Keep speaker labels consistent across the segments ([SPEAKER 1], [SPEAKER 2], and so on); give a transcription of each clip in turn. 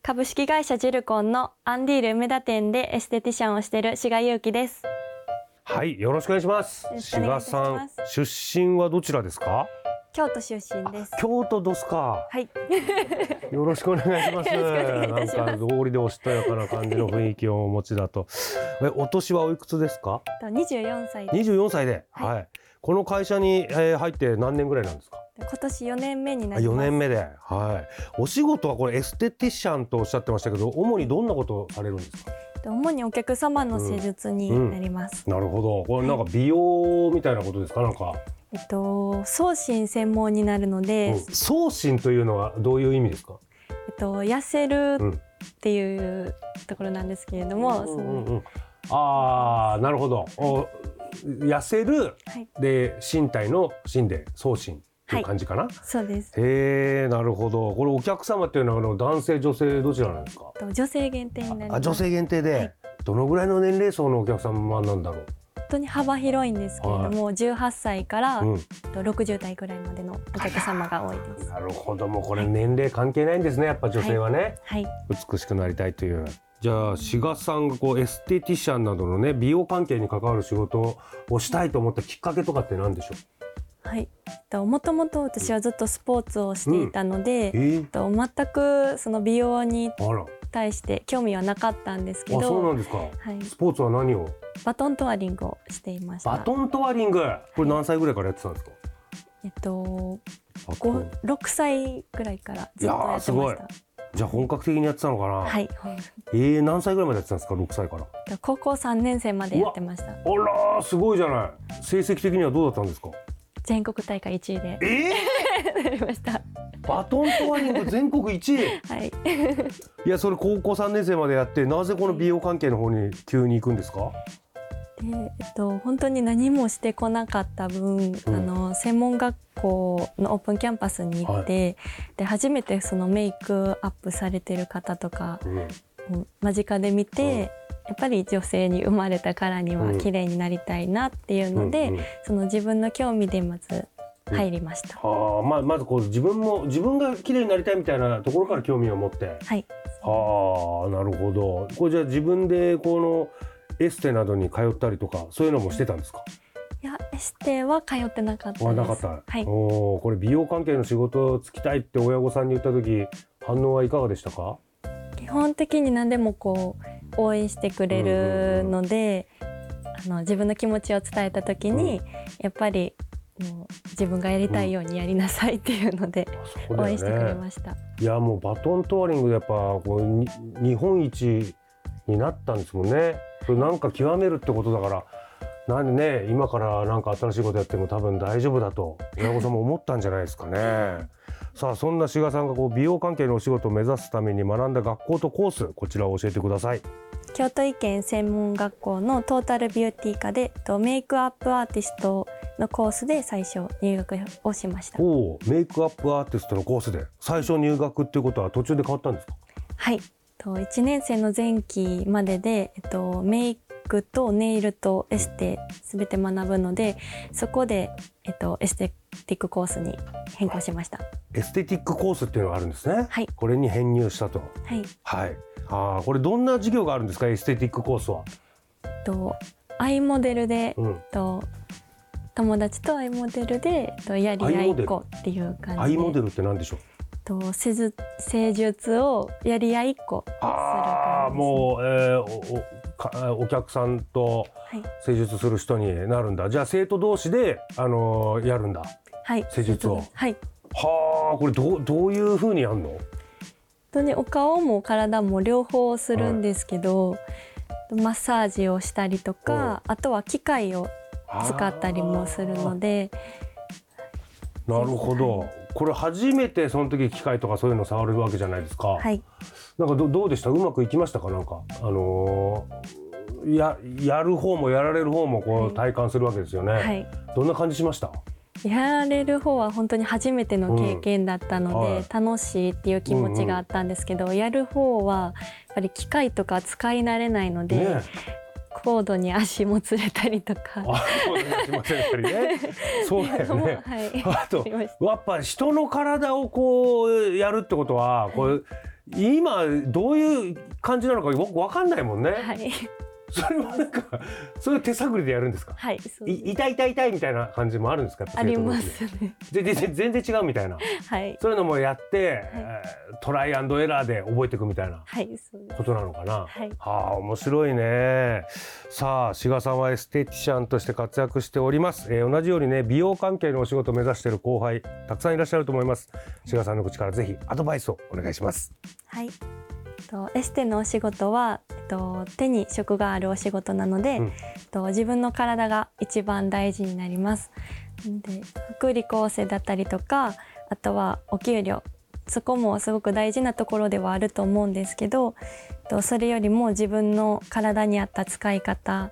[SPEAKER 1] 株式会社ジルコンのアンディール梅田店でエステティシャンをしている志賀祐希です。
[SPEAKER 2] はいよろしくお願いします
[SPEAKER 1] よろしく
[SPEAKER 2] 志
[SPEAKER 1] お
[SPEAKER 2] 賀
[SPEAKER 1] 願いし
[SPEAKER 2] さん
[SPEAKER 1] ます
[SPEAKER 2] 出身はどちらですか
[SPEAKER 1] 京都出身です。
[SPEAKER 2] 京都ですか
[SPEAKER 1] はい。
[SPEAKER 2] よろしくお願いします。
[SPEAKER 1] よろしくお願いいたします
[SPEAKER 2] なんか道理でおしとやかな感じの雰囲気をお持ちだと。え、お年はおいくつですか？
[SPEAKER 1] と24歳で
[SPEAKER 2] 二十四歳で、は、
[SPEAKER 1] はいい
[SPEAKER 2] この会社に、えー入って何年ぐらいなんですか？
[SPEAKER 1] 今年4年目にな
[SPEAKER 2] あ、
[SPEAKER 1] り
[SPEAKER 2] 四
[SPEAKER 1] ます。
[SPEAKER 2] 年目で、はい。お仕事はこれエステティシャンとおっしゃってましたけど、主にどんなことをされるんですか？
[SPEAKER 1] と主にお客様の施術になります。
[SPEAKER 2] なるほど。これなんか美容みたいなことですか？なんか、
[SPEAKER 1] えっと送信専門になるので、
[SPEAKER 2] うん送信というのはどういう意味ですか？
[SPEAKER 1] えっと痩せるっていうところなんですけれども、そ
[SPEAKER 2] うん
[SPEAKER 1] の
[SPEAKER 2] うんうん、ああ、なるほど。お痩せる。
[SPEAKER 1] はい、
[SPEAKER 2] で身体の芯で送信っていう感じかな、
[SPEAKER 1] そうです。
[SPEAKER 2] へえなるほどこれお客様っていうのはあの男性女性どちらなんですか
[SPEAKER 1] えっと女性限定になります。
[SPEAKER 2] あ女性限定で、
[SPEAKER 1] はい
[SPEAKER 2] どのぐらいの年齢層のお客様なんだろ
[SPEAKER 1] 本当に幅広いんですけれども、18歳から、
[SPEAKER 2] う、う
[SPEAKER 1] えっと60代くらいまでのお客様が多い
[SPEAKER 2] ん、
[SPEAKER 1] です。
[SPEAKER 2] なるほどもうこれ年齢関係ないんですねやっぱ女性はね、
[SPEAKER 1] はい。
[SPEAKER 2] 美しくなりたいというじゃあ志賀さんがこうエステティシャンなどのね美容関係に関わる仕事をしたいと思ったきっかけとかって何でしょ
[SPEAKER 1] はい、えっともともと私はずっとスポーツをしていたので、
[SPEAKER 2] う、
[SPEAKER 1] えっ
[SPEAKER 2] えー、
[SPEAKER 1] と全くその美容に
[SPEAKER 2] あらあ
[SPEAKER 1] 対して興味はなかったんですけ
[SPEAKER 2] そうな
[SPEAKER 1] ど、
[SPEAKER 2] んですか
[SPEAKER 1] はい、
[SPEAKER 2] スポーツは何を
[SPEAKER 1] バトントワリングをしていました。
[SPEAKER 2] バトントワリングこれ何歳ぐらいからやってたんですか
[SPEAKER 1] えっと
[SPEAKER 2] バト
[SPEAKER 1] 五
[SPEAKER 2] ン
[SPEAKER 1] 六歳くらいからずっとやって
[SPEAKER 2] い
[SPEAKER 1] ま
[SPEAKER 2] やー
[SPEAKER 1] し
[SPEAKER 2] す
[SPEAKER 1] た。
[SPEAKER 2] じゃあ本格的にやってたのかな、
[SPEAKER 1] はい、
[SPEAKER 2] えー、何歳ぐらいまでやってたんですか6歳から
[SPEAKER 1] えっと高校三年生までやってました。
[SPEAKER 2] あらーすごいじゃない成績的にはどうだったんですか
[SPEAKER 1] 全国大会一位で
[SPEAKER 2] え
[SPEAKER 1] やりました。
[SPEAKER 2] ー、バトントワリング全国1位
[SPEAKER 1] はい。
[SPEAKER 2] いやそれ高校3年生までやってなぜこの美容関係の方に急に行くんですか
[SPEAKER 1] でえっと、本当に何もしてこなかった分、
[SPEAKER 2] うん
[SPEAKER 1] あの専門学校のオープンキャンパスに行って、で初めてそのメイクアップされてる方とか
[SPEAKER 2] うん
[SPEAKER 1] を間近で見て、
[SPEAKER 2] うん
[SPEAKER 1] やっぱり女性に生まれたからに
[SPEAKER 2] う
[SPEAKER 1] は
[SPEAKER 2] ん
[SPEAKER 1] 綺麗になりたいなっていうので、
[SPEAKER 2] うんうん
[SPEAKER 1] その自分の興味でまず
[SPEAKER 2] うん
[SPEAKER 1] 入りました。
[SPEAKER 2] はあまあまずこう自分も自分が綺麗になりたいみたいなところから興味を持って
[SPEAKER 1] はい
[SPEAKER 2] はあなるほどこれじゃあ自分でこのエステなどに通ったりとかそういうのもしてたんですか
[SPEAKER 1] いやエステは通ってなかった
[SPEAKER 2] は
[SPEAKER 1] で
[SPEAKER 2] な
[SPEAKER 1] す。
[SPEAKER 2] かった、
[SPEAKER 1] はい
[SPEAKER 2] おーこれ美容関係の仕事つきたいって親御さんに言った時反応はいかがでしたか
[SPEAKER 1] 基本的に何でもこう応援してくれるので、あの自分の気持ちを伝えた時に、やっぱりもう自分がやりたいようにやりなさいっていうので、
[SPEAKER 2] そ
[SPEAKER 1] 応援してくれました。
[SPEAKER 2] いやもうバトントワリングでやっぱこうに日本一になったんですもんねそれなんか極めるってことだからなんでね今からなんか新しいことやっても多分大丈夫だと親御さんも思ったんじゃないですかねさあそんな志賀さんがこう美容関係のお仕事を目指すために学んだ学校とコースこちらを教えてください
[SPEAKER 1] 京都医研専門学校のトータルビューティー科でとメイクアップアーティストのコースで最初入学をしました。
[SPEAKER 2] おおメイクアップアーティストのコースで最初入学っていうことは途中で変わったんですか
[SPEAKER 1] はい。と1年生の前期までで、えっと、メイクとネイルとエステすべて学ぶのでそこで、えっと、エステティックコースに変更しました。
[SPEAKER 2] エステティックコースっていうのがあるんですね、
[SPEAKER 1] はい
[SPEAKER 2] これに編入したと
[SPEAKER 1] はい。え
[SPEAKER 2] はいあーこれどんな授業があるんですかエステティックコースは、
[SPEAKER 1] っとアイモデルで、えっ
[SPEAKER 2] うん、
[SPEAKER 1] と友達とアイモデルで、えっと、やり合いっこっていう感じで
[SPEAKER 2] アイモデルって何でしょう
[SPEAKER 1] えっと施術施術をやり合いっこする
[SPEAKER 2] ああ
[SPEAKER 1] 感じですね
[SPEAKER 2] もう、えーおおかお客さんと
[SPEAKER 1] はい
[SPEAKER 2] 施術する人になるんだじゃあ生徒同士で、あのーやるんだ
[SPEAKER 1] はい
[SPEAKER 2] 施術を
[SPEAKER 1] はい
[SPEAKER 2] はあこれどうどういうふうにやるの
[SPEAKER 1] 本当にお顔も体も両方するんですけど、マッサージをしたりとか、あとは機械を使ったりもするので
[SPEAKER 2] あーなるほどこれ初めてその時機械とかそういうの触るわけじゃないですか、
[SPEAKER 1] はい
[SPEAKER 2] なんかどどうでしたうまくいきましたかなんかあのーややる方もやられる方もこ
[SPEAKER 1] はいう
[SPEAKER 2] 体感するわけですよね、
[SPEAKER 1] はい
[SPEAKER 2] どんな感じしました
[SPEAKER 1] やられる方は本当に初めての経験だったので、
[SPEAKER 2] うんはい
[SPEAKER 1] 楽しいっていう気持ちがあったんですけど、やる方はやっぱり機械とか使い慣れないので、
[SPEAKER 2] ね
[SPEAKER 1] 高度に足もつれたりとか。
[SPEAKER 2] あそうだねすいませんやっぱり ねそうだよね
[SPEAKER 1] はい、
[SPEAKER 2] あと
[SPEAKER 1] ありまし
[SPEAKER 2] やっぱ人の体をこうやるってことはこれ今どういう感じなのか僕わかんないもんね、
[SPEAKER 1] たはい、
[SPEAKER 2] それはなんかそれ手探りでやるんですか
[SPEAKER 1] はい、そう
[SPEAKER 2] い痛い痛い痛いみたいな感じもあるんですかやっぱ
[SPEAKER 1] あ
[SPEAKER 2] 生
[SPEAKER 1] り
[SPEAKER 2] 徒同
[SPEAKER 1] ま
[SPEAKER 2] 士です
[SPEAKER 1] ね。
[SPEAKER 2] 全然全然違うみたいな
[SPEAKER 1] はい、
[SPEAKER 2] そういうのもやって、えートライアンドエラーで覚えていくみたいな
[SPEAKER 1] はい、そうです。
[SPEAKER 2] ことなのかな。
[SPEAKER 1] はい
[SPEAKER 2] はあ面白いね。さあ志賀さんはエステティシャンとして活躍しております。えー同じようにね美容関係のお仕事を目指している後輩たくさんいらっしゃると思います。志賀さんの口からぜひアドバイスをお願いします。
[SPEAKER 1] はい。えっとエステのお仕事は、えっと、手に職があるお仕事なので、
[SPEAKER 2] うん
[SPEAKER 1] えっと、自分の体が一番大事になります。で福利厚生だったりとかあとはお給料そこもすごく大事なところではあると思うんですけどえっとそれよりも自分の体に合った使い方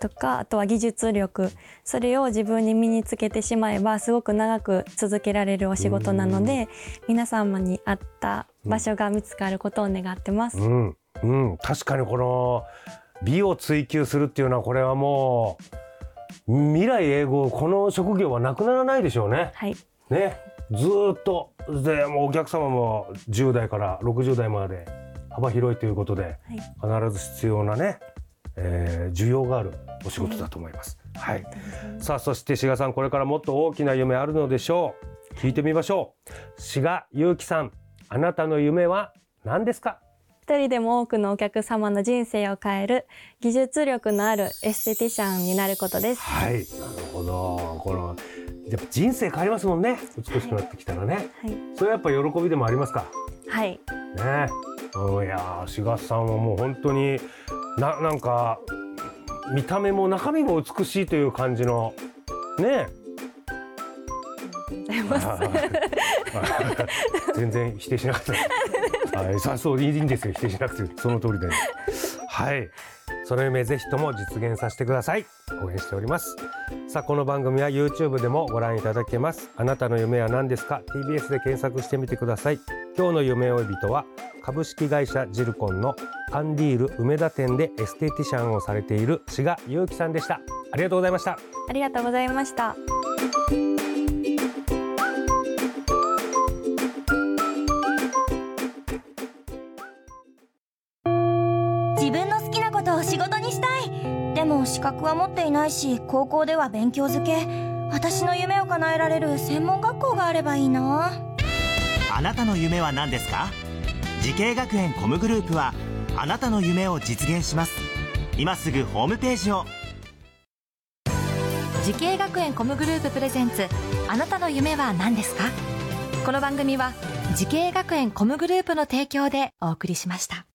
[SPEAKER 1] とかあとは技術力それを自分に身につけてしまえばすごく長く続けられるお仕事なので皆様に合った場所が見つかることを願ってます。
[SPEAKER 2] うんうん確かにこの美を追求するっていうのはこれはもう未来永劫この職業はなくならないでしょうね。
[SPEAKER 1] はい、
[SPEAKER 2] ね、ずーっとでもうお客様も10代から60代まで幅広いということで、必ず必要なね、えー需要があるお仕事だと思います。はい、さあそして志賀さんこれからもっと大きな夢あるのでしょう聞いてみましょう志賀祐樹さんあなたの夢は何ですか
[SPEAKER 1] 一人でも多くのお客様の人生を変える技術力のあるエステティシャンになることです。
[SPEAKER 2] はいなるほどこのやっぱ人生変わりますもんね美しくなってきたらね、
[SPEAKER 1] はい
[SPEAKER 2] それはやっぱ喜びでもありますか
[SPEAKER 1] はい、
[SPEAKER 2] ねうんいやー志賀さんはもう本当にななんか見た目も中身も美しいという感じのね
[SPEAKER 1] ありがとうございます。
[SPEAKER 2] はい全然否定しなかった。はい、さあそういいんですよ否定しなくてその通りで。はい、その夢ぜひとも実現させてください。応援しております。さあこの番組は YouTube でもご覧いただけます。あなたの夢は何ですか TBS で検索してみてください。今日の夢追い人は株式会社ジルコンのアンディール梅田店でエステティシャンをされている志賀祐樹さんでした。ありがとうございました。
[SPEAKER 1] ありがとうございました。
[SPEAKER 3] 自分の好きなことを仕事にしたいでも資格は持っていないし高校では勉強づけ私の夢を叶えられる専門学校があればいいな
[SPEAKER 4] あなたの夢は何ですか時系学園コムグループはあなたの夢を実現します今すぐホームページを
[SPEAKER 5] 時系学園コムグループプレゼンツあなたの夢は何ですかこの番組は時系学園コムグループの提供でお送りしました